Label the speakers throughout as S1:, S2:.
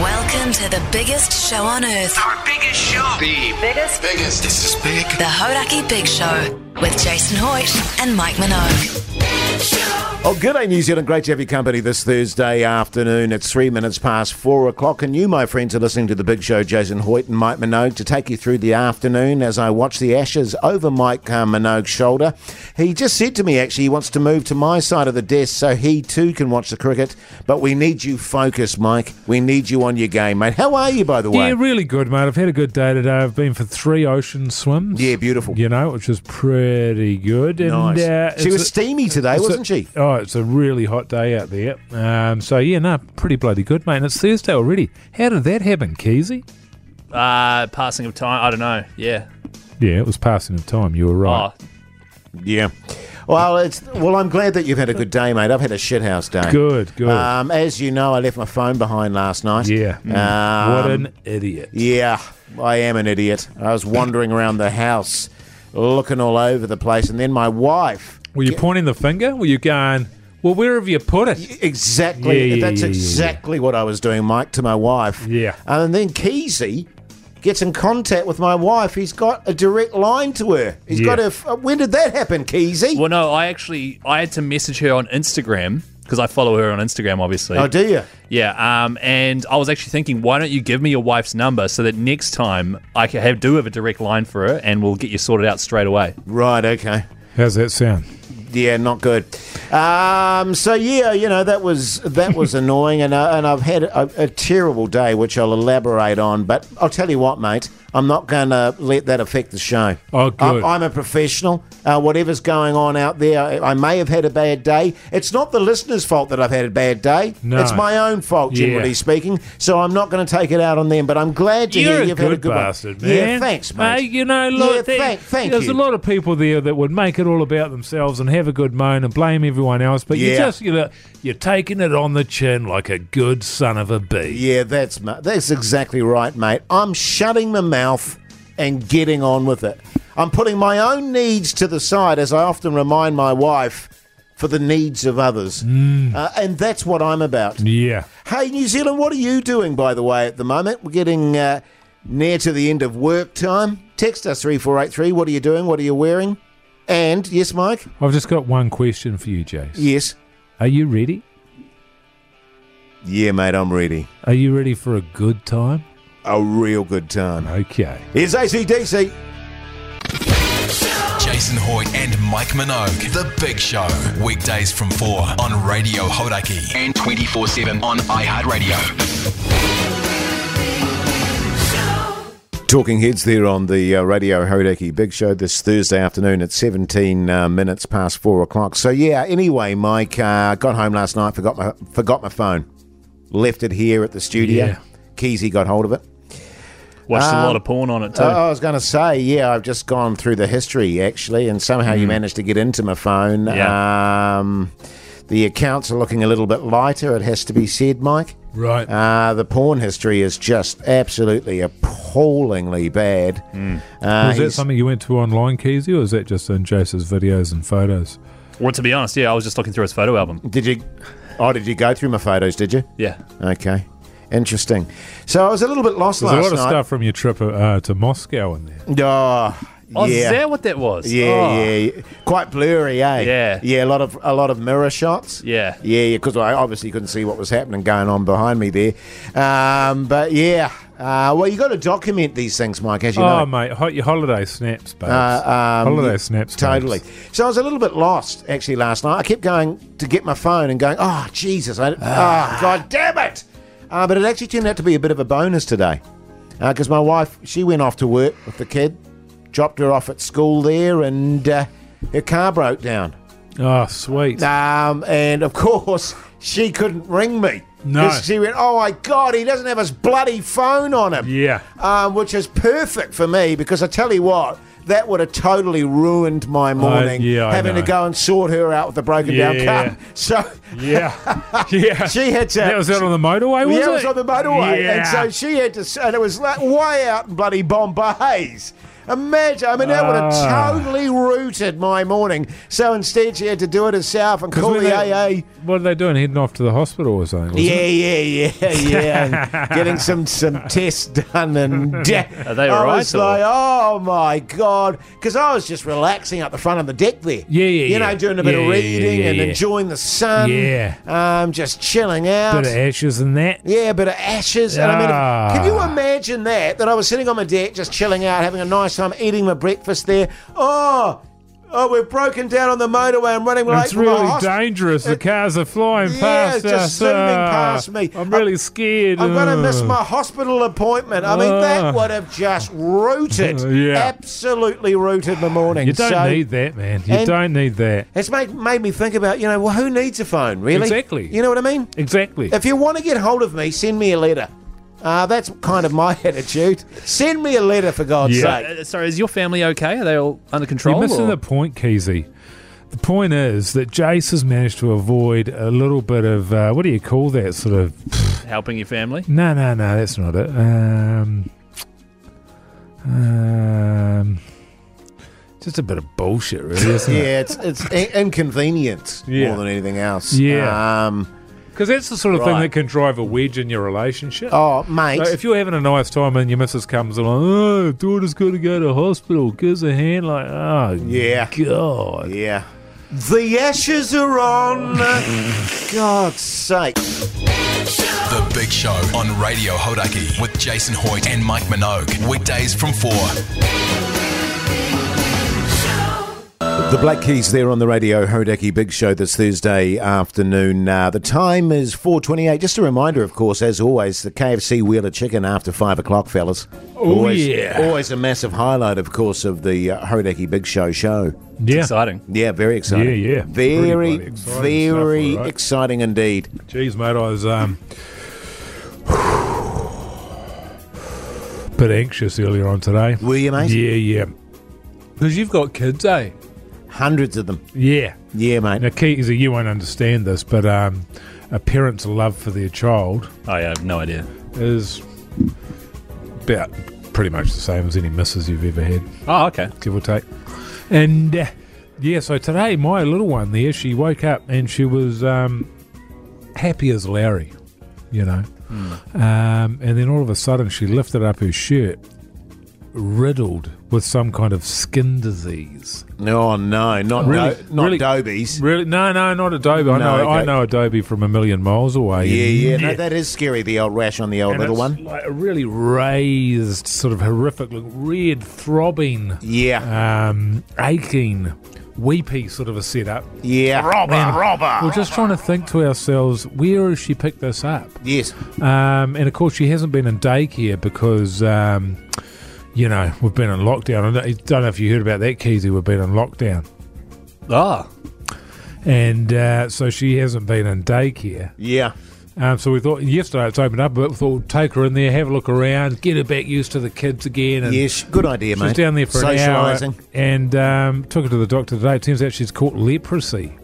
S1: Welcome to the biggest show on earth.
S2: Our biggest show. The biggest. Biggest. This is big.
S1: The Hodaki Big Show with Jason Hoyt and Mike Minogue.
S3: Oh, good day, New Zealand. Great to have your company this Thursday afternoon. It's three minutes past four o'clock, and you, my friends, are listening to the big show, Jason Hoyt and Mike Minogue, to take you through the afternoon as I watch the ashes over Mike uh, Minogue's shoulder. He just said to me, actually, he wants to move to my side of the desk so he too can watch the cricket, but we need you focused, Mike. We need you on your game, mate. How are you, by the way?
S4: Yeah, really good, mate. I've had a good day today. I've been for three ocean swims.
S3: Yeah, beautiful.
S4: You know, which is pretty good. And,
S3: nice.
S4: uh,
S3: she
S4: it's
S3: was
S4: a-
S3: steamy today,
S4: it's a-
S3: wasn't she?
S4: Oh, it's a really hot day out there. Um, so yeah, no, pretty bloody good, mate. And it's Thursday already. How did that happen, Keezy?
S5: Uh, passing of time. I don't know. Yeah.
S4: Yeah, it was passing of time. You were right.
S5: Oh,
S3: Yeah. Well, it's well. I'm glad that you've had a good day, mate. I've had a shithouse day.
S4: Good, good.
S3: Um, as you know, I left my phone behind last night.
S4: yeah. Mm.
S3: Um,
S4: what an idiot.
S3: Yeah, I am an idiot. I was wandering around the house, looking all over the place, and then my wife.
S4: Were you pointing the finger? Were you going? Well, where have you put it?
S3: Exactly.
S4: Yeah, yeah,
S3: that's
S4: yeah, yeah, yeah.
S3: exactly what I was doing, Mike, to my wife.
S4: Yeah.
S3: And then Keezy gets in contact with my wife. He's got a direct line to her. He's
S4: Yeah.
S3: got a. f- When did that happen, Keezy?
S5: well, no. I actually I had to message her on Instagram because I follow her on Instagram, obviously.
S3: Oh, do you?
S5: Yeah. Um, and I was actually thinking, why don't you give me your wife's number so that next time I can have do have a direct line for her, and we'll get you sorted out straight away.
S3: Right. Okay.
S4: How's that sound?
S3: Yeah, not good. Um, so yeah, you know that was that was annoying, and uh, and I've had a, a terrible day, which I'll elaborate on. But I'll tell you what, mate, I'm not going to let that affect the show.
S4: Oh, good.
S3: I'm, I'm a professional. Uh, whatever's going on out there, I, I may have had a bad day. It's not the listeners' fault that I've had a bad day.
S4: No.
S3: It's my own fault,
S4: Yeah.
S3: generally speaking. So I'm not going to take it out on them. But I'm glad to
S4: You're
S3: hear
S4: a
S3: you've had a
S4: good
S3: good
S4: bastard,
S3: one.
S4: man.
S3: Yeah, thanks, mate.
S4: Hey, you know, look,
S3: yeah,
S4: there-
S3: thank, thank
S4: there's
S3: you.
S4: a lot of people there that would make it all about themselves and have a good moan and blame everyone else, but
S3: Yeah.
S4: you just you know, you're taking it on the chin like a good son of a bee.
S3: Yeah, that's ma- that's exactly right, mate. I'm shutting my mouth and getting on with it. I'm putting my own needs to the side, as I often remind my wife, for the needs of others, uh, and that's what I'm about.
S4: Yeah.
S3: Hey, New Zealand, what are you doing, by the way, at the moment? We're getting uh, near to the end of work time. Text us three four eight three. What are you doing? What are you wearing? And yes, Mike.
S4: I've just got one question for you, Jace.
S3: Yes.
S4: Are you ready?
S3: Yeah, mate. I'm ready.
S4: Are you ready for a good time?
S3: A real good time.
S4: Okay.
S3: Here's ACDC.
S2: Jason Hoyt and Mike Minogue. The Big Show. Weekdays from 4 on Radio Hodaki. And 24 7 on iHeartRadio.
S3: Talking Heads there on the uh, Radio Hodaki Big Show this Thursday afternoon at 17 uh, minutes past 4 o'clock. So, yeah, anyway, Mike, uh, got home last night, forgot my, forgot my phone. Left it here at the studio.
S4: Yeah.
S3: Keezy got hold of it.
S5: Watched
S4: Um,
S5: a lot of porn on it too.
S3: Uh, I was going to say, yeah, I've just gone through the history, actually, and somehow
S4: Hmm.
S3: you managed to get into my phone.
S5: Yeah.
S3: Um, the accounts are looking a little bit lighter, it has to be said, Mike.
S4: Right.
S3: Uh, the porn history is just absolutely appallingly bad. Uh,
S4: Hmm. was that
S3: he's-
S4: something you went to online, Keezy, or is that just in Jace's videos and photos?
S5: well, to be honest, yeah, I was just looking through his photo album.
S3: Did you? Oh, did you go through my photos? Did you?
S5: Yeah.
S3: Okay, interesting. So I was a little bit lost
S4: There's a
S3: last
S4: lot of
S3: night.
S4: stuff from your trip uh, to Moscow in there.
S3: Oh,
S5: Oh,
S3: yeah.
S5: is that what that was?
S3: yeah,
S5: Oh.
S3: yeah, yeah. quite blurry, eh?
S5: Yeah.
S3: yeah. A lot of a lot of mirror shots.
S5: Yeah.
S3: yeah, yeah. Because I obviously couldn't see what was happening going on behind me there. Um, but yeah, uh, well, you got to document these things, Mike, as you know.
S4: Oh, mate, ho- your holiday snaps, babes.
S3: Uh, um,
S4: holiday snaps. babes.
S3: Totally. So I was a little bit lost actually last night. I kept going to get my phone and going, oh Jesus, I,
S4: Ah.
S3: oh God damn it! Uh, but it actually turned out to be a bit of a bonus today because my wife she went off to work with the kid, dropped her off at school there, and uh, her car broke down.
S4: Oh, sweet.
S3: Um, and of course she couldn't ring me.
S4: No.
S3: 'Cause She went, oh my God, he doesn't have his bloody phone on him
S4: Yeah.
S3: um, which is perfect for me because I tell you what, that would have totally ruined my morning
S4: yeah, I
S3: having to
S4: know.
S3: go and sort her out with a broken down
S4: Yeah.
S3: car. So
S4: Yeah. yeah.
S3: she had to.
S4: That was out on the motorway, was
S3: yeah,
S4: it?
S3: was on the motorway,
S4: Yeah.
S3: and so she had to, and it was like way out in bloody Bombays. Imagine, I mean, that would
S4: Ah.
S3: have totally rooted my morning. So instead, she had to do it herself and call
S4: were
S3: the
S4: they-
S3: AA.
S4: What are they doing? Heading off to the hospital or something? wasn't
S3: Yeah, yeah, yeah, yeah. and Getting some some tests done and da-
S5: Are they
S3: I
S5: all right,
S3: was
S5: or-
S3: like, oh my god, because I was just relaxing up the front of the deck there.
S4: Yeah, yeah,
S3: You know,
S4: yeah.
S3: doing a bit
S4: Yeah,
S3: of
S4: yeah,
S3: reading
S4: yeah,
S3: and
S4: yeah.
S3: enjoying the sun.
S4: Yeah.
S3: um, just chilling out.
S4: Bit of ashes and that.
S3: yeah, a bit of ashes. And I mean,
S4: Ah.
S3: can you imagine that? That I was sitting on my deck, just chilling out, having a nice time, eating my breakfast there. Oh, oh, we've broken down on the motorway. I'm running late
S4: It's
S3: from the
S4: really
S3: hospital.
S4: dangerous. The cars are flying
S3: Yeah,
S4: past
S3: just
S4: us.
S3: zooming
S4: Ah,
S3: past me.
S4: I'm really scared.
S3: I'm going to miss
S4: Ah.
S3: my hospital appointment. I mean,
S4: Ah.
S3: that would have just rooted,
S4: Yeah.
S3: absolutely rooted my morning.
S4: You don't
S3: So
S4: need that, man. You
S3: and-
S4: don't need that.
S3: It's made, made me think about, you know, well, who needs a phone, really?
S4: Exactly.
S3: You know what I mean?
S4: Exactly.
S3: If you want to get hold of me, send me a letter. Uh, that's kind of my attitude. Send me a letter, for God's
S4: Yeah.
S3: sake.
S5: Uh, sorry, is your family okay? Are they all under control?
S4: You're missing
S5: or-
S4: the point, Keezy. The point is that Jace has managed to avoid a little bit of uh, what do you call that sort of
S5: helping your family?
S4: No, no, no, that's not it. Um, um, just a bit of bullshit, really, isn't it?
S3: Yeah, it's it's in- inconvenience
S4: Yeah.
S3: more than anything else.
S4: Yeah.
S3: Um,
S4: Because that's the sort of thing
S3: Right.
S4: that can drive a wedge in your relationship.
S3: oh, mate.
S4: So Uh, if you're having a nice time and your missus comes along, oh, daughter's got to go to hospital, gives a hand, like, oh,
S3: Yeah.
S4: God.
S3: yeah. The ashes are on. God's sake.
S2: The Big Show on Radio Hodaki with Jason Hoyt and Mike Minogue. Weekdays from 4.
S3: The Black Keys there on the radio Hodaki Big Show this Thursday afternoon. Uh, the time is 4.28. Just a reminder, of course, as always, the KFC Wheel of Chicken after 5 o'clock, fellas. Oh, always,
S4: yeah.
S3: Always a massive highlight, of course, of the uh, Hodaki Big Show show.
S4: Yeah.
S5: Exciting.
S3: Yeah, very exciting.
S4: Yeah, yeah.
S3: Very,
S4: Pretty bloody exciting
S3: very
S4: stuff, all right.
S3: exciting indeed.
S4: Jeez, mate, I was um, bit anxious earlier on today.
S3: Were you, mate?
S4: Yeah, yeah. Because you've got kids, eh?
S3: Hundreds of them.
S4: Yeah.
S3: Yeah, mate.
S4: Now, Keezy, you won't understand this, but um, a parent's love for their child
S5: Oh, yeah, I have no idea.
S4: is about pretty much the same as any missus you've ever had,
S5: Oh, okay.
S4: give or take. And uh, yeah, so today, my little one there, she woke up and she was um, happy as Larry, you know.
S3: Hmm.
S4: Um, and then all of a sudden, she lifted up her shirt, riddled with some kind of skin disease.
S3: No, oh, no, not,
S4: Really-
S3: do- not
S4: really-
S3: Dobies.
S4: Really? No, no, not Adobe. I know,
S3: No, okay.
S4: I know Adobe from a million miles away.
S3: Yeah, yeah. No,
S4: Yeah.
S3: that is scary, the old rash on the old
S4: And
S3: little
S4: it's
S3: one.
S4: Like a really raised, sort of horrific, look, red, throbbing,
S3: Yeah,
S4: um, aching, weepy sort of a setup.
S3: yeah.
S4: And We're just trying to think to ourselves, where has she picked this up?
S3: Yes.
S4: Um, and of course, she hasn't been in daycare because, um, you know, we've been in lockdown. I don't- I don't know if you heard about that, Keezy. We've been in lockdown.
S5: Ah,
S4: And uh, so she hasn't been in daycare.
S3: Yeah.
S4: Um, so we thought yesterday it's opened up, but we thought we'd take her in there, have a look around, get her back used to the kids again. And
S3: Yes, good idea,
S4: she
S3: mate.
S4: was Um, down there for an hour
S3: Socialising.
S4: and um, took her to the doctor today. It turns out she's caught leprosy.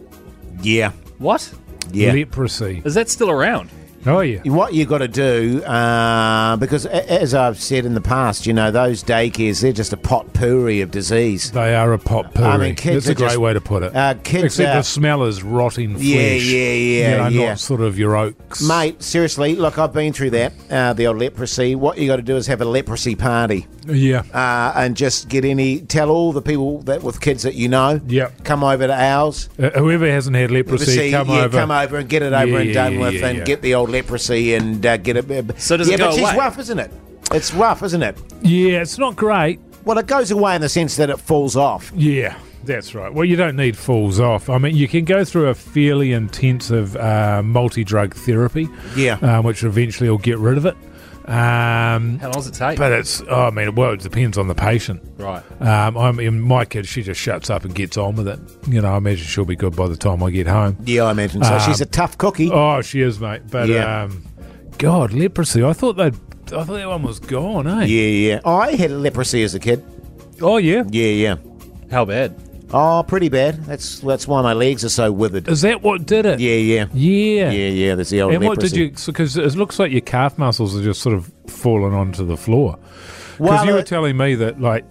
S3: Yeah,
S5: what?
S3: yeah.
S4: Leprosy.
S5: Is that still around?
S4: Oh, yeah.
S3: what you got to do, uh, because a- as I've said in the past, you know, those daycares, they're just a potpourri of disease.
S4: They are a pot poo.
S3: I mean, kids
S4: That's a
S3: are
S4: great
S3: just-
S4: way to put it.
S3: uh, kids
S4: Except
S3: are-
S4: the smell is rotting flesh.
S3: Yeah, yeah, yeah,
S4: You know,
S3: yeah.
S4: Not sort of your oaks.
S3: Mate, seriously, look, I've been through that, uh, the old leprosy. What you got to do is have a leprosy party.
S4: Yeah.
S3: Uh, and just get any, tell all the people that with kids that you know,
S4: Yep.
S3: come over to ours.
S4: Uh, whoever hasn't had leprosy,
S3: Leprosy,
S4: come
S3: yeah,
S4: over.
S3: come over and get it over
S4: Yeah,
S3: and
S4: yeah,
S3: done
S4: yeah,
S3: with,
S4: yeah,
S3: and
S4: yeah.
S3: get the old leprosy and uh, get it.
S5: So does it
S3: yeah,
S5: go
S3: but she's
S5: away?
S3: rough, isn't it? It's rough, isn't it?
S4: Yeah, it's not great.
S3: Well, it goes away in the sense that it falls off.
S4: Yeah, that's right. Well, you don't need falls off. I mean, you can go through a fairly intensive uh, multi drug therapy,
S3: Yeah.
S4: uh, which eventually will get rid of it. Um,
S5: How long does it take?
S4: but it's, oh, I mean, well, it depends on the patient.
S5: right.
S4: Um, I mean, my kid, she just shuts up and gets on with it. You know, I imagine she'll be good by the time I get home.
S3: Yeah, I imagine so. She's a tough cookie.
S4: Uh-huh. Oh, she is, mate. But
S3: Yeah.
S4: um, God, leprosy. I thought they'd. I thought that one was gone, eh?
S3: yeah, yeah. Oh, I had leprosy as a kid.
S4: Oh, yeah.
S3: Yeah, yeah.
S5: How bad?
S3: Oh, pretty bad. That's that's why my legs are so withered.
S4: Is that what did it?
S3: Yeah, yeah.
S4: Yeah.
S3: Yeah, yeah. That's the old
S4: And what did
S3: leprosy.
S4: you? Because it looks like your calf muscles are just sort of falling onto the floor. Because
S3: Well, uh,
S4: you were
S3: it-
S4: telling me that, like,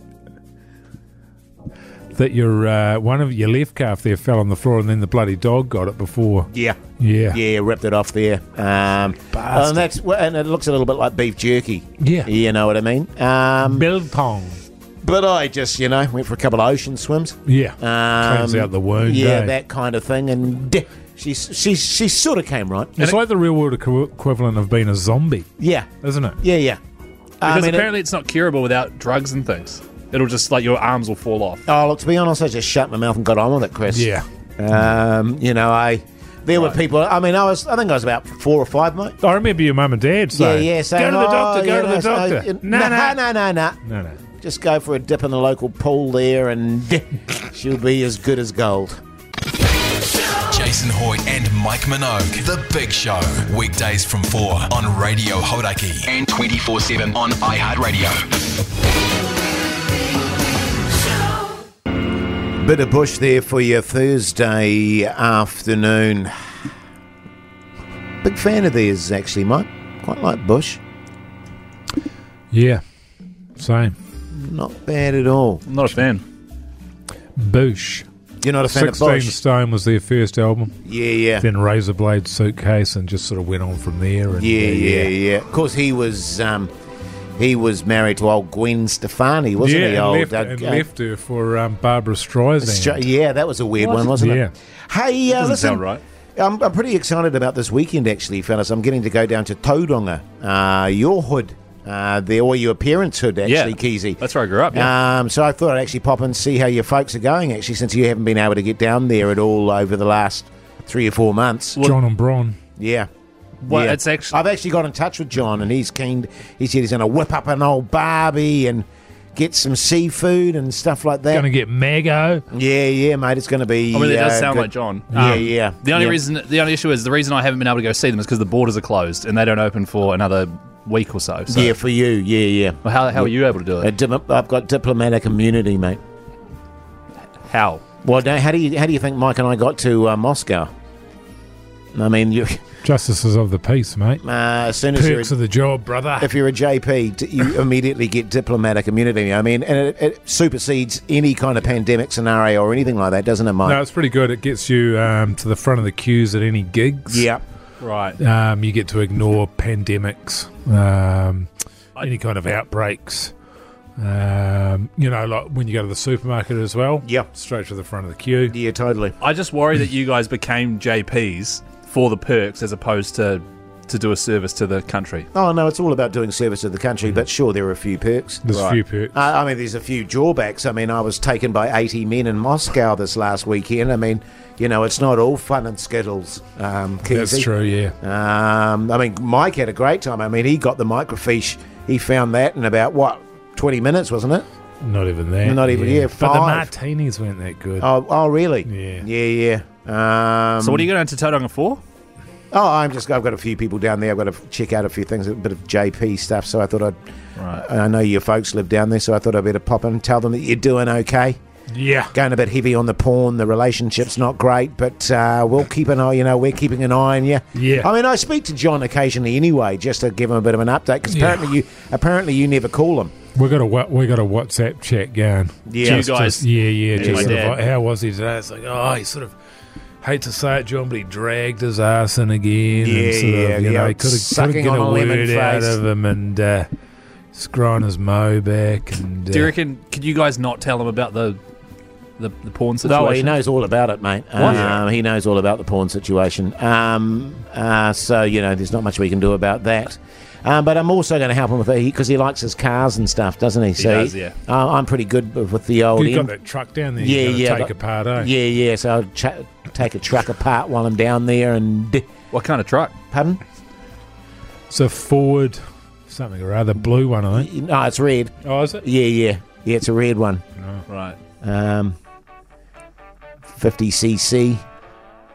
S4: that your uh, one of your left calf there fell on the floor, and then the bloody dog got it before.
S3: Yeah.
S4: Yeah.
S3: Yeah, ripped it off there. Um,
S4: Bastard.
S3: and that's well, and it looks a little bit like beef jerky.
S4: Yeah.
S3: you know what I mean. Um,
S4: Biltong.
S3: but I just you know went for a couple of ocean swims.
S4: Yeah.
S3: Um,
S4: Cleans out the wound.
S3: Yeah,
S4: eh?
S3: that kind of thing. And d- she she she sort of came right.
S4: It's like the real world equi- equivalent of being a zombie,
S3: Yeah,
S4: isn't it?
S3: yeah, yeah.
S5: Because
S3: mean, it-
S5: apparently it's not curable without drugs and things. It'll just like your arms will fall off.
S3: Oh, look, to be honest, I just shut my mouth and got on with it, Chris.
S4: Yeah.
S3: Um, you know, I there were people. I mean, I was. I think I was about four or five, mate.
S4: I remember your mum and dad saying,
S3: yeah, yeah. Saying,
S4: go to the doctor,
S3: "Oh,
S4: go
S3: yeah,
S4: to the
S3: no,
S4: doctor.
S3: No, no, no, no, no, no.
S4: no, no.
S3: Just go for a dip in the local pool there, and she'll be as good as gold.
S2: Jason Hoyt and Mike Minogue. The Big Show. Weekdays from 4 on Radio Hodaki. And 24 7 on iHeartRadio.
S3: Bit of bush there for your Thursday afternoon. Big fan of theirs, actually, Mike. Quite like Bush.
S4: Yeah. Same.
S3: Not bad at all.
S5: I'm not a fan.
S4: Boosh.
S3: You're not a fan of
S4: 16
S3: Bush?
S4: Stone was their first album,
S3: Yeah, yeah.
S4: then Razorblade Suitcase, and just sort of went on from there. And,
S3: Yeah, yeah, yeah. Of course, he was um, he was married to old Gwen Stefani, wasn't
S4: Yeah,
S3: he?
S4: and
S3: old,
S4: left,
S3: uh,
S4: and
S3: uh,
S4: left her for um, Barbara Streisand.
S3: Stra- yeah, that was a weird one, wasn't
S4: Yeah.
S3: it? Hey, uh,
S5: doesn't
S3: listen,
S5: sound right.
S3: I'm, I'm pretty excited about this weekend, actually, fellas. I'm getting to go down to Tauranga, uh, your hood, uh, there, or your parents' hood, actually,
S5: Yeah.
S3: Keezy.
S5: That's where I grew up. Yeah.
S3: Um, so I thought I'd actually pop and see how your folks are going, actually, since you haven't been able to get down there at all over the last three or four months.
S4: John and Bron.
S3: Yeah.
S5: Well, it's actually-
S3: I've actually got in touch with John, and he's keen. He said he's going to whip up an old barbie and get some seafood and stuff like that.
S4: Going to get Mago.
S3: yeah, yeah, mate. It's going to be.
S5: I mean, Oh, it does
S3: uh,
S5: sound
S3: good.
S5: like John. Um,
S3: Yeah, yeah.
S5: The only
S3: yeah.
S5: reason, the only issue is the reason I haven't been able to go see them is because the borders are closed and they don't open for another week or so. so
S3: Yeah, for you. Yeah, yeah.
S5: Well, how how are you able to do
S3: A
S5: it?
S3: dip- I've got diplomatic immunity, mate.
S5: How?
S3: Well, now, how do you how do you think Mike and I got to uh, Moscow? I mean, you,
S4: Justices of the Peace, mate.
S3: uh, as soon as you're,
S4: Perks of the job, brother.
S3: if you're a JP, d- you immediately get diplomatic immunity. I mean, and it, it supersedes any kind of pandemic scenario or anything like that, doesn't it, Mike?
S4: no, it's pretty good. It gets you um, to the front of the queues at any gigs.
S3: Yeah.
S5: Right.
S4: Um, you get to ignore pandemics, um, any kind of outbreaks. Um, you know, like when you go to the supermarket as well.
S3: Yeah.
S4: Straight to the front of the queue.
S3: Yeah, totally.
S5: I just worry that you guys became JPs for the perks as opposed to to do a service to the country.
S3: Oh no, it's all about doing service to the country. But sure, there are a few perks.
S4: There's a few perks.
S3: Uh, I mean, there's a few drawbacks. I mean, I was taken by 80 men in Moscow this last weekend. I mean, you know, it's not all fun and skittles. Um,
S4: That's
S3: Keezy.
S4: true, yeah.
S3: Um, I mean, Mike had a great time. I mean, he got the microfiche. He found that in about what 20 minutes, wasn't it?
S4: Not even that.
S3: Not even- yeah,
S4: But the
S3: five.
S4: martinis weren't that good.
S3: Oh, oh, really?
S4: Yeah.
S3: yeah, yeah. Um,
S5: So what are you going to Tauranga for?
S3: Oh, I'm just. I've got a few people down there. I've got to check out a few things, a bit of JP stuff. So I thought I'd. I know your folks live down there, so I thought I'd better pop in and tell them that you're doing okay.
S4: yeah.
S3: Going a bit heavy on the porn. The relationship's not great, but uh, we'll keep an eye. You know, we're keeping an eye on you.
S4: Yeah.
S3: I mean, I speak to John occasionally anyway, just to give him a bit of an update because
S4: Yeah.
S3: apparently you apparently you never call him.
S4: We got a wa- we got a WhatsApp chat going.
S3: Yeah. You
S5: guys-
S4: just- yeah, yeah. Just
S5: my
S4: sort of
S5: dad.
S4: like, how was he today? It's like, oh, he sort of hate to say it, John, but he dragged his ass in again.
S3: Yeah,
S4: and sort
S3: yeah,
S4: of, you
S3: yeah,
S4: Know, could have
S3: sucking
S4: get
S3: on
S4: a
S3: a lemon
S4: word out
S3: face.
S4: of him and uh, scrying his mo back. And uh,
S5: Do you reckon? Could you guys not tell him about the the, the porn situation?
S3: No, Oh, he knows all about it, mate. Um, he knows all about the porn situation. Um, uh, so you know, there's not much we can do about that. Um, but I'm also going to help him with it because he likes his cars and stuff, doesn't he? So
S5: does, yeah.
S3: I- I'm pretty good with the old.
S4: you've got
S3: end.
S4: that truck down there.
S3: Yeah,
S4: Yeah, you
S3: yeah,
S4: yeah. Take
S3: but-
S4: apart, eh?
S3: Yeah, yeah. So I'll tra- take a truck apart while I'm down there and. d-
S5: What kind of truck?
S3: Pardon?
S4: It's a Ford, something or other, blue one, I think.
S3: No, it's red.
S4: Oh, is it?
S3: Yeah, yeah, yeah. It's a red one.
S5: Right.
S3: Um, 50cc.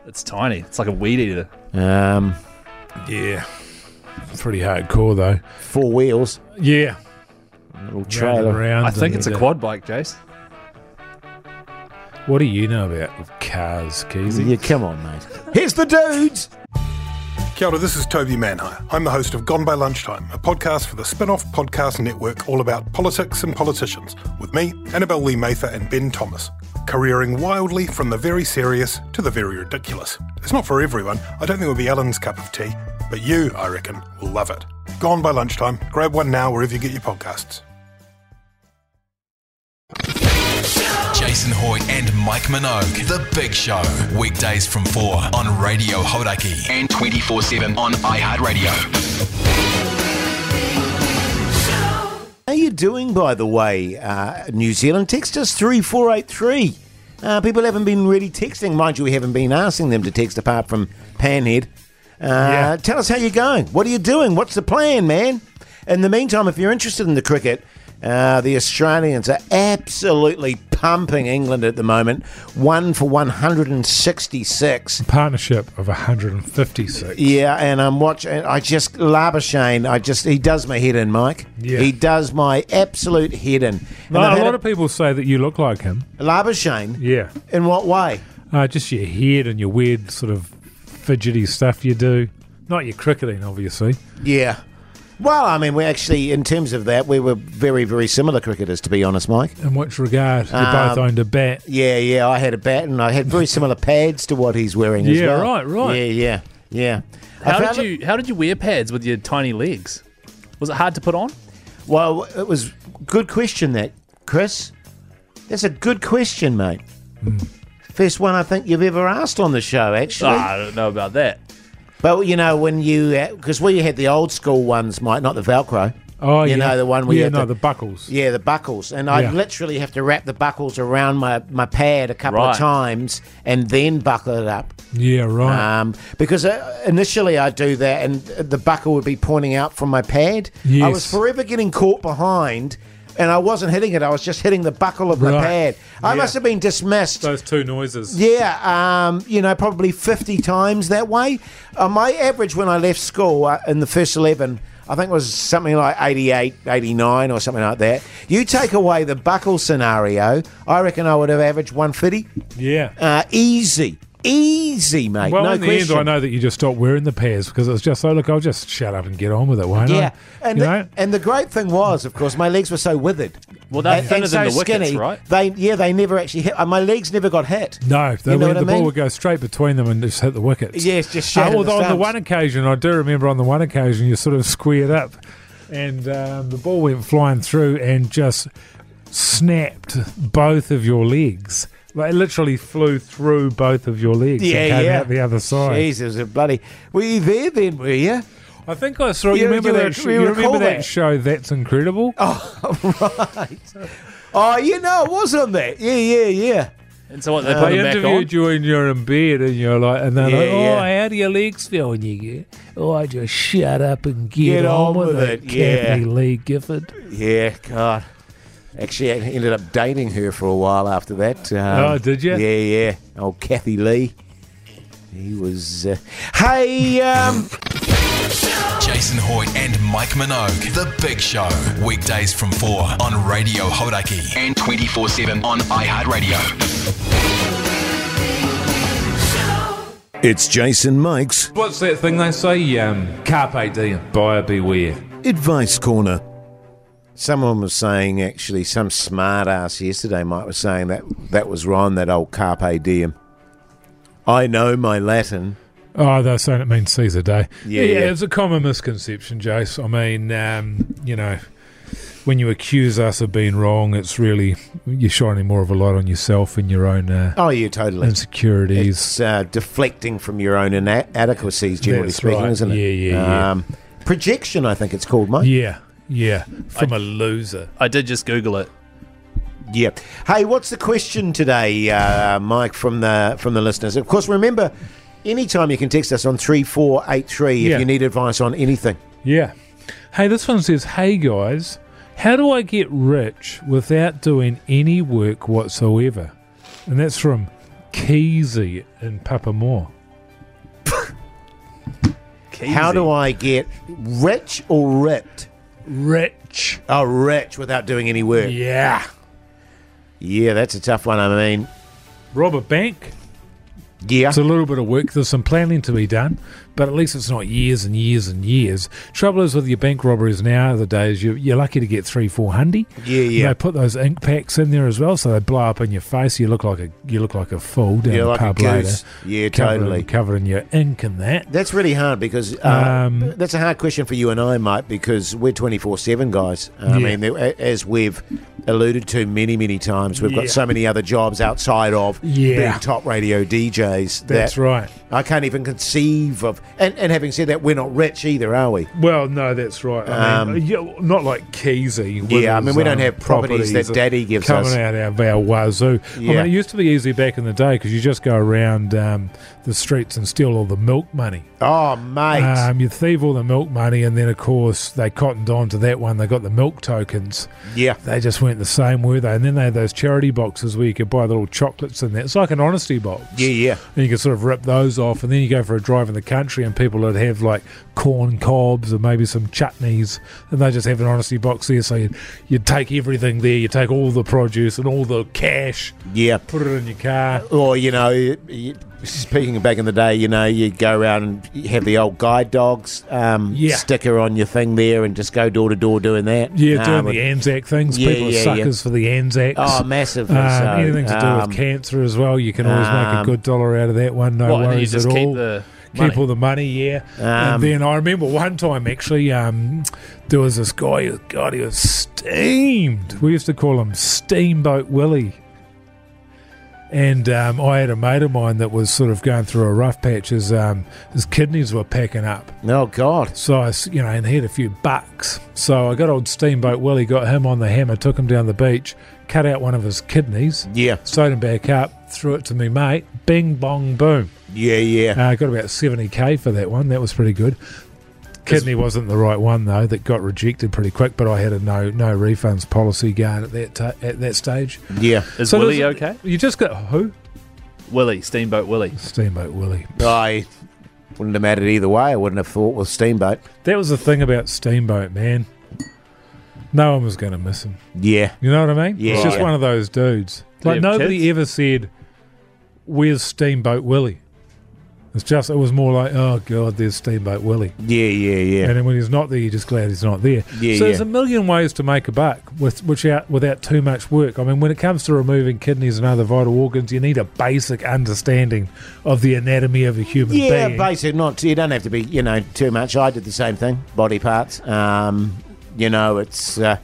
S5: It's tiny. It's like a weed eater.
S3: Um,
S4: Yeah. Pretty hardcore though.
S3: four wheels.
S4: Yeah.
S3: Little
S4: Round and
S3: trailer.
S4: round
S5: I think
S4: and,
S5: it's a
S4: uh,
S5: quad bike, Jace.
S4: What do you know about cars, Keezy?
S3: Yeah, come on, mate. Here's the dudes.
S6: Kia ora, this is Toby Manhire. I'm the host of Gone by Lunchtime, a podcast for the spin off podcast network all about politics and politicians, with me, Annabelle Lee Mather and Ben Thomas. careering wildly from the very serious to the very ridiculous. It's not for everyone. I don't think it would be Ellen's cup of tea, but you, I reckon, will love it. Gone by lunchtime. Grab one now wherever you get your podcasts.
S2: Jason Hoy and Mike Minogue. The Big Show. Weekdays from 4 on Radio Hodaki and 24 7 on iHeartRadio.
S3: How are you doing, by the way, uh, New Zealand? Text us 3483. Uh, people haven't been really texting. Mind you, we haven't been asking them to text apart from Panhead. Uh,
S4: Yeah.
S3: Tell us how you're going. What are you doing? What's the plan, man? In the meantime, if you're interested in the cricket, uh, the Australians are absolutely pumping England at the moment. One for 166.
S4: Partnership of 156.
S3: Yeah, and I'm watching. I just Labashane. I just he does my head in, Mike.
S4: Yeah.
S3: he does my absolute head in. And
S4: No,
S3: I've
S4: a
S3: had
S4: lot
S3: a-
S4: of people say that you look like him.
S3: Labashane.
S4: Yeah.
S3: In what way?
S4: Uh, just your head and your weird sort of fidgety stuff you do. Not your cricketing, obviously.
S3: Yeah. Well, I mean, we actually, in terms of that, we were very, very similar cricketers, to be honest, Mike.
S4: In which regard, you
S3: Um,
S4: both owned a bat.
S3: Yeah, yeah. I had a bat, and I had very similar pads to what he's wearing. as
S4: Yeah,
S3: well.
S4: right, right.
S3: Yeah, yeah, yeah. I
S5: How
S3: found it-
S5: did you How did you wear pads with your tiny legs? Was it hard to put on?
S3: Well, it was good question that, Chris. That's a good question, mate. First one I think you've ever asked on the show, actually.
S5: Ah, I don't know about that.
S3: But you know when you because we had the old school ones, Mike, not the Velcro.
S4: Oh,
S3: you
S4: yeah.
S3: know the one where you
S4: yeah,
S3: had
S4: no,
S3: to-
S4: the buckles.
S3: Yeah, the buckles, and I
S4: Yeah.
S3: would literally have to wrap the buckles around my, my pad a couple
S5: Right.
S3: of times and then buckle it up.
S4: Yeah, right.
S3: Um, because uh, initially I do that, and the buckle would be pointing out from my pad. I was
S4: Yes.
S3: forever getting caught behind, and I wasn't hitting it. I was just hitting the buckle of my
S4: Right.
S3: pad. I
S4: Yeah.
S3: must have been dismissed.
S4: Those two noises.
S3: yeah, um, you know, probably 50 times that way. Uh, my average when I left school uh, in the first 11, I think was something like 88, 89 or something like that. You take away the buckle scenario, I reckon I would have averaged 150.
S4: Yeah.
S3: Uh, easy. Easy, mate.
S4: well,
S3: no
S4: in the
S3: question.
S4: end, I know that you just stopped wearing the pairs because it's just so. Look, I'll just shut up and get on with it, won't
S3: Yeah,
S4: I?
S3: and
S4: you
S3: the,
S4: know?
S3: and the great thing was, of course, my legs were so withered.
S5: Well, they're
S3: and,
S5: thinner
S3: and so
S5: than the wickets,
S3: skinny,
S5: right?
S3: They yeah, they never actually hit. uh, My legs never got hit.
S4: No, they
S3: You know
S4: went,
S3: what
S4: the
S3: I mean?
S4: ball would go straight between them and just hit the wickets.
S3: Yes, just shattered the
S4: although on the
S3: stumps.
S4: one occasion, I do remember on the one occasion you sort of squared up, and um, the ball went flying through and just snapped both of your legs. Like it literally flew through both of your legs.
S3: Yeah,
S4: and came
S3: yeah.
S4: out the other side.
S3: Jesus, a bloody. Were you there then? Were you?
S4: I think I saw. You,
S3: You-
S4: remember
S3: you
S4: that?
S3: rec-
S4: sh-
S3: you
S4: you
S3: recall
S4: remember that?
S3: that?
S4: show? That's incredible.
S3: Oh, you know, I was on that. Yeah, yeah, yeah.
S5: And so what,
S3: Uh,
S5: they put
S4: They
S5: them back on?
S4: interviewed you when you're in bed and you're like, and they're like,
S3: Yeah,
S4: oh,
S3: yeah.
S4: how do your legs feel? And you get, oh, I just shut up and get,
S3: Get
S4: on, with, it.
S3: yeah.
S4: Kathy Lee Gifford.
S3: Yeah, God. Actually, I ended up dating her for a while after that. Um,
S4: Oh, did
S3: Yeah,
S4: you?
S3: yeah. Old Kathy Lee. He was. Uh, hey, um,
S2: Jason Hoy and Mike Minogue. The Big Show. Weekdays from 4 on Radio Hodaki and 24 7 on iHeartRadio.
S3: it's Jason Mike's
S4: What's that thing they say? Um, carpe diem, buyer beware.
S3: Advice Corner. Someone was saying, actually, some smart ass yesterday, Mike, was saying that that was Ron, that old Carpe Diem. I know my Latin.
S4: Oh, they're saying it means seize a day.
S3: Yeah, yeah.
S4: it's a common misconception, Jace. I mean, um, you know, when you accuse us of being wrong, it's really you're shining more of a light on yourself and your own uh,
S3: Oh, you totally.
S4: insecurities.
S3: It's uh, deflecting from your own inadequacies, generally
S4: That's
S3: speaking,
S4: right.
S3: isn't it?
S4: Yeah, yeah, yeah.
S3: Um, projection, I think it's called, Mike.
S4: yeah, yeah, from a loser.
S5: I did just Google it.
S3: Yeah. Hey, what's the question today, uh, Mike, from the from the listeners? Of course, remember, anytime you can text us on three four eight three if
S4: Yeah.
S3: you need advice on anything.
S4: Yeah. Hey, this one says, Hey guys, how do I get rich without doing any work whatsoever? And that's from Keezy in Papamoa.
S3: How do I get rich or ripped?
S4: Rich.
S3: Oh, rich without doing any work. Yeah.
S4: Yeah.
S3: that's a tough one. I mean,
S4: Rob a bank.
S3: yeah,
S4: It's a little bit of work. There's some planning to be done, but at least it's not years and years and years. Trouble is with your bank robberies now, the days you, you're lucky to get three, four hundy.
S3: Yeah,
S4: And
S3: yeah.
S4: They put those ink packs in there as well, so they blow up in your face. You look like a you look like a fool down
S3: You're
S4: the
S3: like a
S4: pub
S3: goose.
S4: later,
S3: Yeah,
S4: covered in-
S3: totally.
S4: covering your ink and that.
S3: That's really hard because uh,
S4: Um,
S3: that's a hard question for you and I, Mike, because we're 24 7 guys. I
S4: Yeah.
S3: mean, there- a- as we've alluded to many, many times, we've
S4: Yeah.
S3: got so many other jobs outside of
S4: Yeah.
S3: being top radio DJs.
S4: That's
S3: that
S4: right.
S3: I can't even conceive of. And, and having said that, we're not rich either, are we?
S4: Well, no, that's right. I mean, yeah, not like Keezy. with
S3: Um, Yeah, I mean,
S4: his,
S3: we don't
S4: um,
S3: have properties that Daddy gives
S4: coming
S3: us.
S4: out of our wazoo. I
S3: Yeah.
S4: mean, it used to be easy back in the day because you just go around um, the streets and steal all the milk money.
S3: Oh, mate.
S4: Um, you thieve all the milk money, and then of course they cottoned on to that one. They got the milk tokens.
S3: yeah.
S4: They just weren't the same, were they? And then they had those charity boxes where you could buy little chocolates and that. It's like an honesty box.
S3: Yeah, yeah.
S4: And you could sort of rip those off, and then you go for a drive in the country, and people would have like corn cobs or maybe some chutneys, and they just have an honesty box there. So you'd, you'd take everything there, you take all the produce and all the cash,
S3: Yeah.
S4: put it in your car.
S3: Or, you know, you- speaking of back in the day, you know, you go around and have the old guide dogs um,
S4: Yeah.
S3: sticker on your thing there and just go door to door doing that.
S4: Yeah, doing
S3: Um,
S4: the Anzac things.
S3: yeah,
S4: people are
S3: yeah, yeah.
S4: suckers for the Anzacs.
S3: Oh, massively
S4: Um,
S3: so.
S4: anything to do
S3: Um,
S4: with cancer as well, you can always make
S3: um,
S4: a good dollar out of that one. No
S5: What, and then you
S4: worries
S5: just
S4: at
S5: keep
S4: all.
S5: the money?
S4: keep all the money, yeah.
S3: Um,
S4: and then I remember one time actually, um, there was this guy. who- God, he was steamed. We used to call him Steamboat Willie. And um, I had a mate of mine that was sort of going through a rough patch. His um, his kidneys were packing up.
S3: Oh, God.
S4: So I, s- you know, and he had a few bucks. So I got old Steamboat Willie, got him on the hammer, took him down the beach, cut out one of his kidneys,
S3: Yeah.
S4: sewed him back up, threw it to me mate. Bing bong boom.
S3: Yeah, yeah.
S4: Uh, I got about seventy k for that one. That was pretty good. Kidney wasn't the right one though. That got rejected pretty quick. But I had a no no refunds policy guard at that ta at that stage.
S3: yeah.
S5: Is
S4: So
S5: Willie
S4: there's-
S5: okay?
S4: You just got who?
S5: Willie, Steamboat Willie.
S4: Steamboat Willie.
S3: I wouldn't have mattered either way. I wouldn't have thought with Steamboat.
S4: That was the thing about Steamboat man. No one was going to miss him.
S3: Yeah.
S4: You know what I mean?
S3: Yeah.
S4: It's just
S3: Right.
S4: one of those dudes.
S5: Do
S4: Like
S5: you have
S4: nobody
S5: kids?
S4: ever said, "Where's Steamboat Willie?" It's just it was more like, "Oh God, there's Steamboat Willie,"
S3: Yeah, yeah, yeah.
S4: and then when he's not there, you're just glad he's not there.
S3: Yeah,
S4: so there's
S3: yeah.
S4: a million ways to make a buck with without without too much work. I mean, when it comes to removing kidneys and other vital organs, you need a basic understanding of the anatomy of a human
S3: yeah,
S4: being.
S3: basic. Not you don't have to be you know too much. I did the same thing. Body parts. Um, you know, it's uh,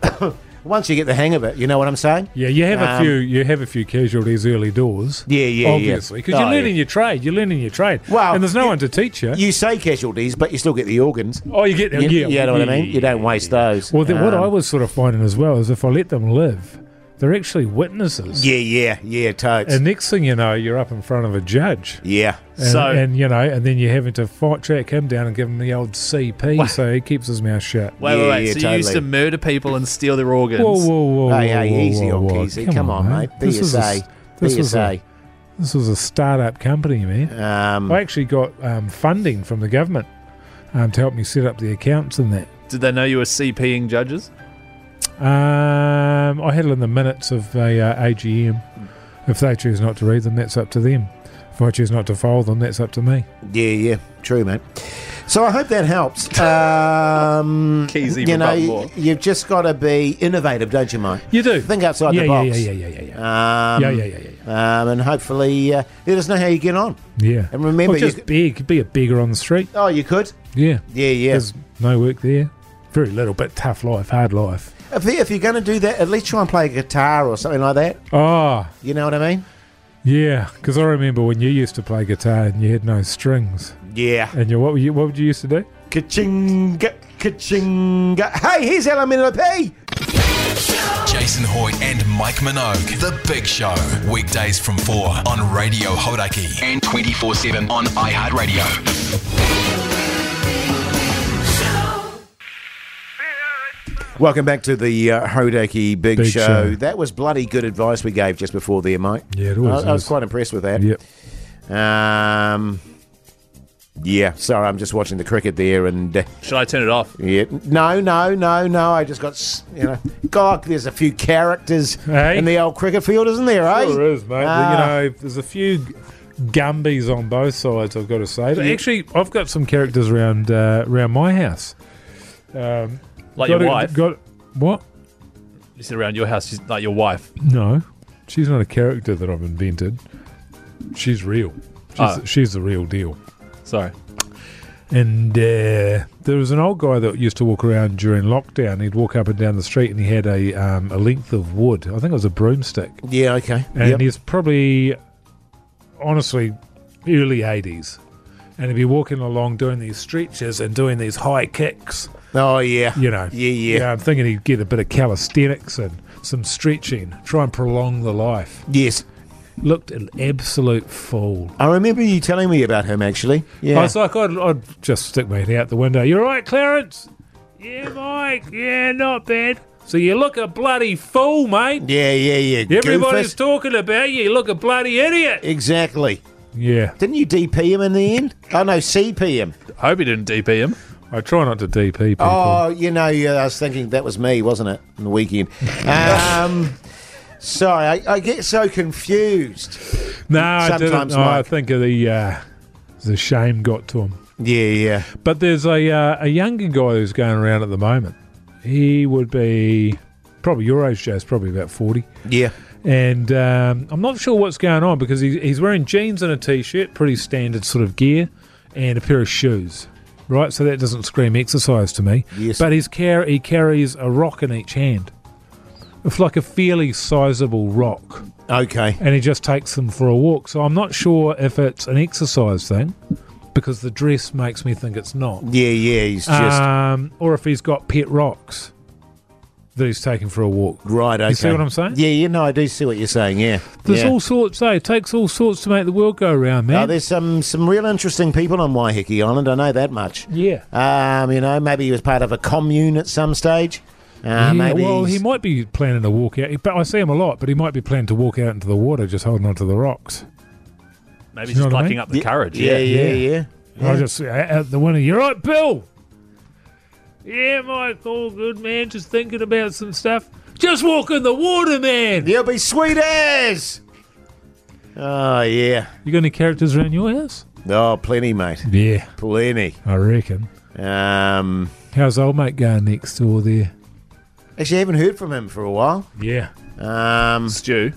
S3: once you get the hang of it. You know what I'm saying?
S4: Yeah, you have
S3: Um,
S4: a few. You have a few casualties early doors.
S3: Yeah, yeah, yeah.
S4: obviously, because
S3: Oh,
S4: you're
S3: yeah.
S4: learning your trade. You're learning your trade.
S3: Well,
S4: and there's no
S3: you-
S4: one to teach you.
S3: You say casualties, but you still get the organs.
S4: Oh, you get
S3: You,
S4: them. yeah,
S3: you know what I mean? You don't waste those.
S4: Well, then what
S3: Um,
S4: I was sort of finding as well is if I let them live, they're actually witnesses.
S3: Yeah, yeah, yeah. Totes.
S4: And next thing you know, you're up in front of a judge.
S3: yeah.
S4: And,
S5: So-
S4: and you know, and then you're having to fight track him down and give him the old CP, so he keeps his mouth shut.
S5: Wait,
S3: Yeah,
S5: wait, wait.
S3: yeah,
S5: so you used to
S3: totally.
S5: murder people and steal their organs.
S4: Whoa, whoa, whoa, whoa,
S3: Hey, hey,
S4: whoa,
S3: easy
S4: whoa,
S3: on
S4: whoa.
S3: Keezy. Come on, mate.
S4: This is a
S3: PSA.
S4: s- This was
S3: PSA.
S4: a this was a startup company, man.
S3: Um,
S4: I actually got um, funding from the government um, to help me set up the accounts and that.
S5: Did they know you were CPing judges?
S4: Um, I had it in the minutes of a uh, AGM.
S3: Hmm.
S4: If they choose not to read them, that's up to them. If I choose not to follow them, that's up to me.
S3: Yeah, yeah, true, mate. So I hope that helps. Um, you
S5: Keezy for
S3: know,
S5: Bubba Moore.
S3: you've just got to be innovative, don't you, mate?
S4: You do.
S3: Think outside
S4: yeah,
S3: the
S4: yeah,
S3: box.
S4: Yeah, yeah, yeah, yeah, yeah.
S3: Um,
S4: yeah, yeah, yeah, yeah,
S3: Um, and hopefully, uh, let us know how you get on.
S4: yeah.
S3: And remember,
S4: Or just
S3: you-
S4: big, be a bigger on the street.
S3: Oh, you could.
S4: Yeah.
S3: Yeah, yeah.
S4: There's no work there. Very little, but tough life, hard life.
S3: If, if you're going to do that, at least try and play guitar or something like that.
S4: Oh,
S3: You know what I mean?
S4: yeah. Because I remember when you used to play guitar and you had no strings.
S3: Yeah.
S4: And you, what were you, what would you used to do?
S3: Kachinga, kachinga. Hey, here's Element of P.
S2: Jason Hoyt and Mike Minogue. The Big Show. Weekdays from 4 on Radio Hodaki. And 24 7 on iHeartRadio.
S3: Welcome back to the uh, Hodaki Big,
S4: Big
S3: show.
S4: Show.
S3: That was bloody good advice we gave just before there, Mike.
S4: Yeah, it always
S3: I, I was
S4: is.
S3: quite impressed with that.
S4: Yep.
S3: Um, yeah, sorry, I'm just watching the cricket there, and uh,
S5: Should I turn it off?
S3: yeah, no, no, no, no. I just got s- you know, God, there's a few characters
S4: Hey?
S3: in the old cricket field, isn't there? eh?
S4: Sure is, mate.
S3: Ah,
S4: You know, there's a few Gumbies on both sides, I've got to say. But actually, I've got some characters around uh, around my house. Um, got
S5: Like your
S4: a-
S5: wife.
S4: Got, what?
S5: You sit around your house, she's like your wife.
S4: No, she's not a character that I've invented. She's real. She's,
S5: Oh.
S4: she's the real deal.
S5: Sorry.
S4: And uh, there was an old guy that used to walk around during lockdown. He'd walk up and down the street, and he had a um, a length of wood. I think it was a broomstick,
S3: Yeah, okay.
S4: and
S3: Yep.
S4: he's probably, honestly, early eighties. And he'd be walking along doing these stretches and doing these high kicks.
S3: Oh, yeah.
S4: You know,
S3: Yeah, yeah.
S4: I'm thinking he'd get a bit of calisthenics and some stretching, try and prolong the life.
S3: Yes.
S4: Looked an absolute fool.
S3: I remember you telling me about him, actually. Yeah.
S4: I was like, I'd, I'd just stick my head out the window. You're right, Clarence. Yeah, Mike. Yeah, not bad. So you look a bloody fool, mate.
S3: yeah, yeah, yeah.
S4: Everybody's
S3: Goofus.
S4: talking about you. You look a bloody idiot.
S3: Exactly.
S4: Yeah,
S3: Didn't you DP him in the end? Oh, no, CP him.
S5: I hope you didn't DP him.
S4: I try not to DP people.
S3: Oh, you know, yeah, I was thinking that was me, wasn't it? On the weekend. Um, sorry, I, I get so confused.
S4: no, I didn't.
S3: sometimes,
S4: No, I
S3: Mike.
S4: think of the uh, the shame got to him.
S3: Yeah, yeah.
S4: But there's a uh, a younger guy who's going around at the moment. He would be probably your age, Jazz, probably about forty.
S3: Yeah.
S4: and um, I'm not sure what's going on because he, he's wearing jeans and a t-shirt, pretty standard sort of gear, and a pair of shoes. Right, so that doesn't scream exercise to me.
S3: Yes.
S4: But he's car- he carries a rock in each hand. It's like a fairly sizable rock,
S3: Okay.
S4: and he just takes them for a walk. So I'm not sure if it's an exercise thing, because the dress makes me think it's not,
S3: Yeah, yeah, he's just.
S4: um, or if he's got pet rocks that he's taking for a walk.
S3: right, okay.
S4: you see what I'm saying?
S3: Yeah, yeah, no, I do see what you're saying, yeah.
S4: There's
S3: yeah.
S4: all sorts, eh? It takes all sorts to make the world go round,
S3: Oh,
S4: man.
S3: there's some, some real interesting people on Waiheke Island, I know that much.
S4: yeah.
S3: Um, you know, maybe he was part of a commune at some stage. Uh,
S4: Yeah,
S3: maybe
S4: well, he
S3: he's-
S4: might be planning to walk out. But I see him a lot, but he might be planning to walk out into the water just holding onto the rocks.
S5: Maybe
S4: You know
S5: she's
S4: what I
S5: plucking
S4: mean?
S5: up the courage.
S3: yeah, yeah, yeah,
S4: yeah. And I just uh, out the window. You're right, Bill. Yeah, Mike, all good, man. Just thinking about some stuff. Just walk in the water, man.
S3: You'll be sweet as. Oh yeah.
S4: You got any characters around your house?
S3: Oh, plenty, mate.
S4: Yeah,
S3: Plenty.
S4: I reckon.
S3: Um,
S4: How's old mate going next door there?
S3: actually, I haven't heard from him for a while.
S4: Yeah.
S3: Um,
S5: Stew.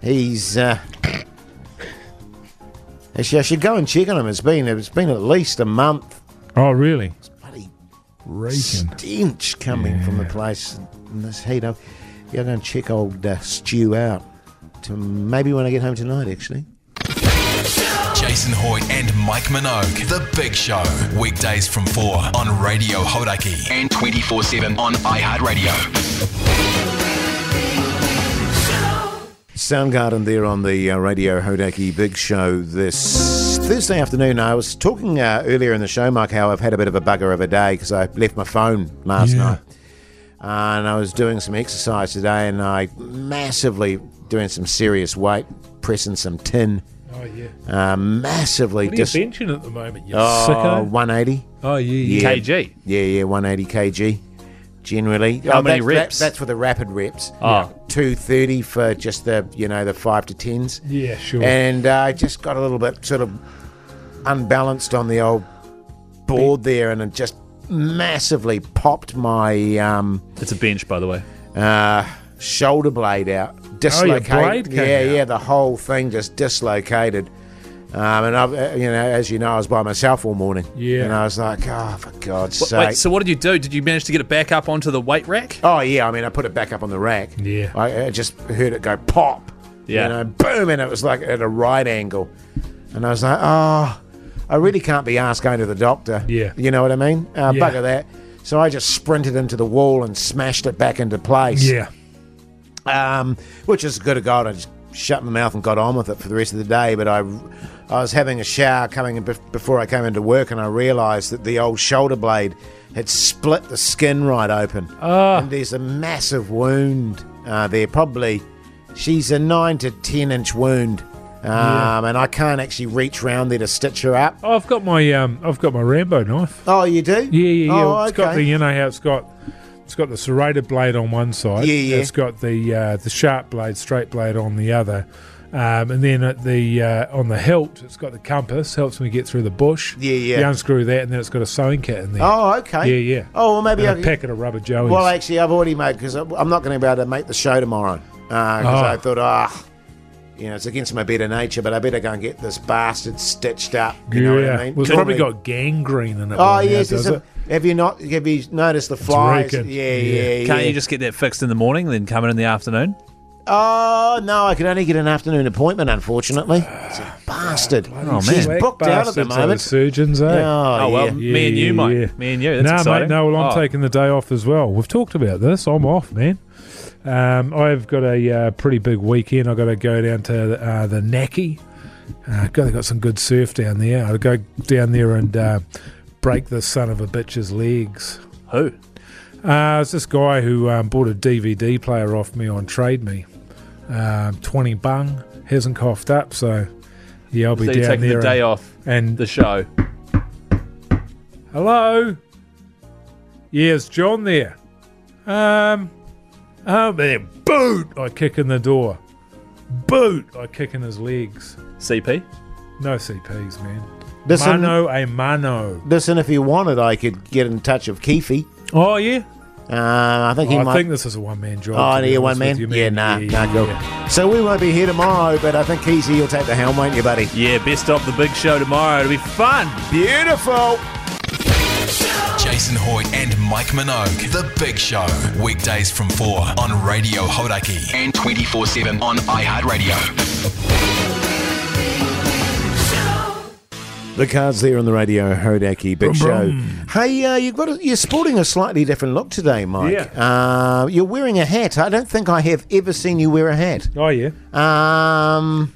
S3: he's. Uh, actually, I should go and check on him. It's been it's been at least a month.
S4: Oh, really?
S3: Bloody
S4: Reeking.
S3: stench coming from the place in this heat. I'll, yeah, I'll go and check old uh, Stew out. To maybe when I get home tonight, actually.
S2: Jason Hoy and Mike Minogue. The Big Show. Weekdays from 4 on Radio Hodaki. And 24 7 on iHeartRadio.
S3: Soundgarden there on the uh, Radio Hodaki Big Show this Thursday afternoon. I was talking uh, earlier in the show, Mark, how I've had a bit of a bugger of a day because I left my phone last
S4: Yeah.
S3: night. Uh, and I was doing some exercise today and I massively doing some serious weight, pressing some tin,
S4: Oh, yeah.
S3: uh, massively
S4: What are
S3: just
S4: you benching at the moment, you
S3: Oh,
S4: sicko?
S3: 180.
S4: Oh yeah,
S3: Yeah.
S5: KG.
S3: Yeah, yeah, 180 kg generally. How
S5: many
S3: that's,
S5: reps?
S3: that's for the rapid reps.
S5: Ah.
S3: 230 for just the, you know, the 5 to 10s.
S4: yeah, sure.
S3: and uh, I just got a little bit sort of unbalanced on the old board there, and it just massively popped my um,
S5: It's a bench, by the way.
S3: uh, shoulder blade out, dislocated.
S4: blade came
S3: yeah,
S4: out.
S3: yeah, the whole thing just dislocated. Um, and I've, uh, you know, as you know, I was by myself all morning.
S4: Yeah.
S3: and I was like, oh, for God's
S5: Wait,
S3: sake.
S5: so what did you do? Did you manage to get it back up onto the weight rack?
S3: Oh yeah, I mean, I put it back up on the rack.
S4: Yeah.
S3: I, I just heard it go pop.
S5: Yeah.
S3: you know, boom, and it was like at a right angle, and I was like, oh, I really can't be asked going to the doctor.
S4: Yeah.
S3: you know what I mean? Uh,
S4: Yeah.
S3: Bugger that. So I just sprinted into the wall and smashed it back into place.
S4: yeah,
S3: um, which is good of God. I just shut my mouth and got on with it for the rest of the day. But I, I was having a shower coming in bef- before I came into work, and I realised that the old shoulder blade had split the skin right open,
S4: Ah.
S3: and there's a massive wound uh, there. Probably, she's a nine to ten inch wound, um, and I can't actually reach round there to stitch her up.
S4: Oh, I've got my um, I've got my Rambo knife.
S3: Oh, you do?
S4: Yeah, yeah, yeah.
S3: Oh,
S4: It's got the
S3: okay.
S4: you know how it's got it's got the serrated blade on one side.
S3: Yeah, yeah.
S4: It's got the uh, the sharp blade, straight blade on the other, Um, and then at the uh, on the hilt, it's got the compass, helps me get through the bush.
S3: Yeah, yeah.
S4: You unscrew that, and then it's got a sewing kit in there.
S3: Oh, okay.
S4: Yeah, yeah.
S3: Oh, well, maybe
S4: And
S3: I
S4: a
S3: could-
S4: packet of rubber joeys.
S3: Well, actually, I've already made because I'm not going to be able to make the show tomorrow because
S4: Oh.
S3: I thought, ah, you know, it's against my better nature, but I better go and get this bastard stitched up. You
S4: yeah.
S3: know what I mean?
S4: Well, it's probably
S3: Normally-
S4: got gangrene in it.
S3: Oh
S4: by now,
S3: yes, it's
S4: does
S3: a-
S4: it?
S3: have you not? Have you noticed the flies? Yeah,
S4: raking.
S3: yeah,
S4: Yeah.
S3: yeah.
S5: Can't you just get that fixed in the morning, then come in in the afternoon?
S3: Oh no, I could only get an afternoon appointment. Unfortunately, it's a bastard.
S5: Oh,
S3: she's
S5: man.
S3: booked out at
S4: Bastards
S3: the
S4: are
S3: moment.
S4: surgeons, eh?
S3: Oh,
S5: Oh, well,
S3: yeah.
S5: me and you, mate.
S4: Yeah.
S5: Me and you. That's
S4: no,
S5: exciting.
S4: mate. No, well, I'm
S5: Oh.
S4: taking the day off as well. We've talked about this. I'm off, man. Um, I've got a uh, pretty big weekend. I've got to go down to uh, the Naki. Uh, God, they've got some good surf down there. I'll go down there and uh, break the son of a bitch's legs.
S5: Who?
S4: Uh, it's this guy who um, bought a DVD player off me on Trade Me. Um, 20 bung. Hasn't coughed up, so yeah, I'll be
S5: So
S4: down
S5: you're taking
S4: there.
S5: the day
S4: and,
S5: off
S4: and
S5: the show.
S4: Hello. Yeah, it's John there. Um, oh man, boot! I kick in the door. Boot! I kick in his legs.
S5: CP?
S4: No CPs, man.
S3: Listen,
S4: Mano a mano.
S3: listen. If you wanted, I could get in touch with Keefe.
S4: Oh yeah.
S3: Uh, I think he
S4: Oh, I
S3: might.
S4: think this is a one man job.
S3: Oh,
S4: to
S3: no,
S4: be
S3: you one
S4: honest
S3: man?
S4: with you,
S3: Yeah, nah, nah, cool.
S4: yeah.
S3: So we won't be here tomorrow, but I think Keezy, you'll take the helm, won't you, buddy?
S5: Yeah, best of the big show tomorrow. It'll be fun.
S3: Beautiful.
S2: Jason Hoyt and Mike Minogue. The Big Show. Weekdays from 4 on Radio Hodaki. And 24 7 on iHeartRadio.
S3: The cards there on the radio, Hodaki Big Show. Hey, uh, you've got a, you're sporting a slightly different look today, Mike. Uh, you're wearing a hat. I don't think I have ever seen you wear a hat.
S4: Oh yeah.
S3: Um,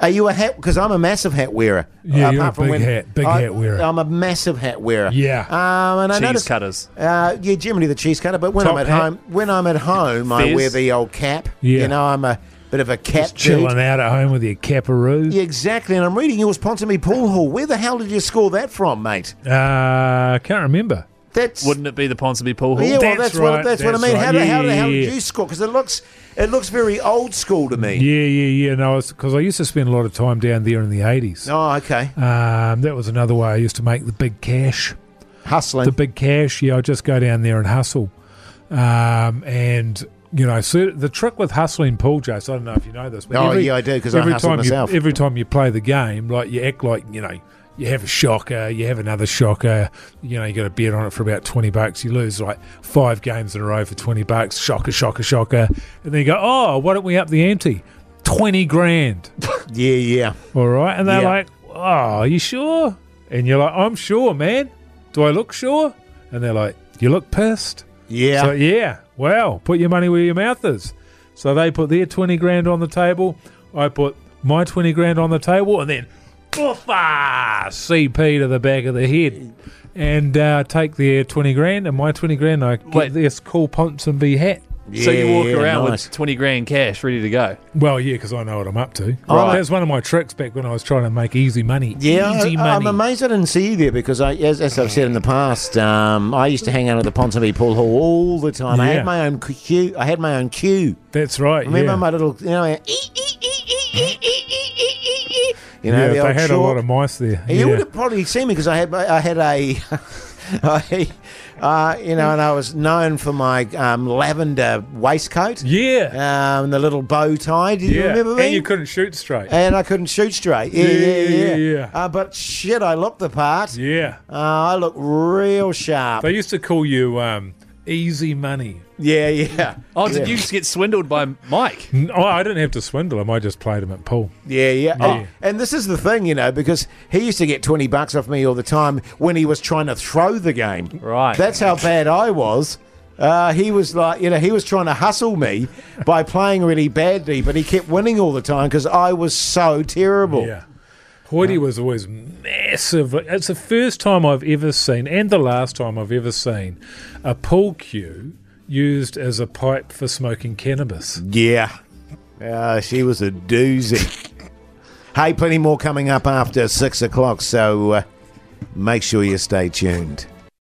S3: are you a hat? Because I'm a massive hat wearer. uh,
S4: Yeah, you're
S3: Apart
S4: a
S3: from
S4: big
S3: when-
S4: hat- big
S3: I-
S4: hat wearer.
S3: I'm a massive hat wearer.
S4: Yeah.
S3: Um, and I
S5: Cheese
S3: noticed,
S5: cutters.
S3: Uh, yeah, generally the cheese cutter. But when
S4: Top
S3: I'm at
S4: hat.
S3: home, when I'm at home, I
S5: Fez.
S3: wear the old cap.
S4: Yeah.
S3: You know, I'm a bit of a cap dude.
S4: Chilling out at home with your caparoo.
S3: Yeah, exactly. And I'm reading yours, Ponsonby Pool Hall. Where the hell did you score that from, mate?
S4: Uh, can't remember.
S3: That's
S5: Wouldn't it be the Ponsonby Pool Hall?
S3: yeah. Well,
S4: That's
S3: that's, what
S4: right,
S3: that's, what I
S4: that's
S3: mean. How,
S4: right.
S3: the
S4: Yeah,
S3: how the
S4: yeah,
S3: hell did
S4: yeah.
S3: you score? Because it looks it looks very old school to me.
S4: Yeah, yeah, yeah. No, because I used to spend a lot of time down there in the eighties.
S3: Oh, okay.
S4: Um, that was another way I used to make the big cash.
S3: Hustling.
S4: The big cash, yeah, I just go down there and hustle. Um, and, you know, so the trick with hustling pool, Jace, I don't know if you know this. But
S3: Oh,
S4: every,
S3: yeah, I do, 'cause I
S4: every
S3: hustle
S4: time you-
S3: myself.
S4: Every time you play the game, like, you act like, you know, you have a shocker, you have another shocker, you know, you got a bet on it for about 20 bucks, you lose like five games in a row for 20 bucks, shocker, shocker, shocker. And then you go, oh, why don't we up the ante? 20 grand.
S3: yeah, yeah.
S4: All right. And they're
S3: Yeah.
S4: like, oh, are you sure? And you're like, I'm sure, man. Do I look sure? And they're like, you look pissed.
S3: Yeah.
S4: So, yeah. Well, put your money where your mouth is. So they put their 20 grand on the table. I put my 20 grand on the table. And then, boofa, CP to the back of the head. And uh, take their 20 grand and my 20 grand. I get
S5: Wait.
S4: this cool Ponsonby hat.
S5: So you walk
S3: Yeah,
S5: around
S3: nice.
S5: with 20 grand cash ready to go.
S4: Well, yeah, because I know what I'm up to.
S3: Right.
S4: That's one of my tricks back when I was trying to make easy money.
S3: Yeah,
S4: easy
S3: I, I'm
S4: money.
S3: amazed I didn't see you there because, I, as, as I've said in the past, um, I used to hang out at the Ponsonby Pool Hall all the time. I
S4: Yeah.
S3: had my own queue. I had my own queue.
S4: That's right.
S3: Remember
S4: yeah.
S3: my little, you know, eh, I- eh, you know,
S4: yeah,
S3: the
S4: they
S3: old
S4: had a
S3: chalk.
S4: lot of mice there.
S3: You
S4: yeah.
S3: would have probably seen me because I had I had a, I, uh, you know, and I was known for my um, lavender waistcoat,
S4: yeah.
S3: um, the little bow tie. Do you
S4: yeah.
S3: remember me?
S4: And you couldn't shoot straight.
S3: And I couldn't shoot straight. Yeah, yeah,
S4: Yeah,
S3: yeah.
S4: yeah, yeah.
S3: Uh, but shit, I looked the part.
S4: yeah.
S3: Uh, I look real sharp.
S4: They used to call you um, easy money.
S3: Yeah, yeah.
S5: Oh, did
S3: Yeah.
S5: you just get swindled by Mike?
S4: N- Oh, I didn't have to swindle him. I just played him at pool.
S3: Yeah, yeah.
S4: Yeah.
S3: Oh, and this is the thing, you know, because he used to get 20 bucks off me all the time when he was trying to throw the game.
S5: Right.
S3: That's how bad I was. Uh, he was like, you know, he was trying to hustle me by playing really badly, but he kept winning all the time because I was so terrible.
S4: Yeah. Hoity was always massive. It's the first time I've ever seen, and the last time I've ever seen, a pool cue used as a pipe for smoking cannabis.
S3: Yeah. Uh, she was a doozy. hey, plenty more coming up after six o'clock, so uh, make sure you stay tuned.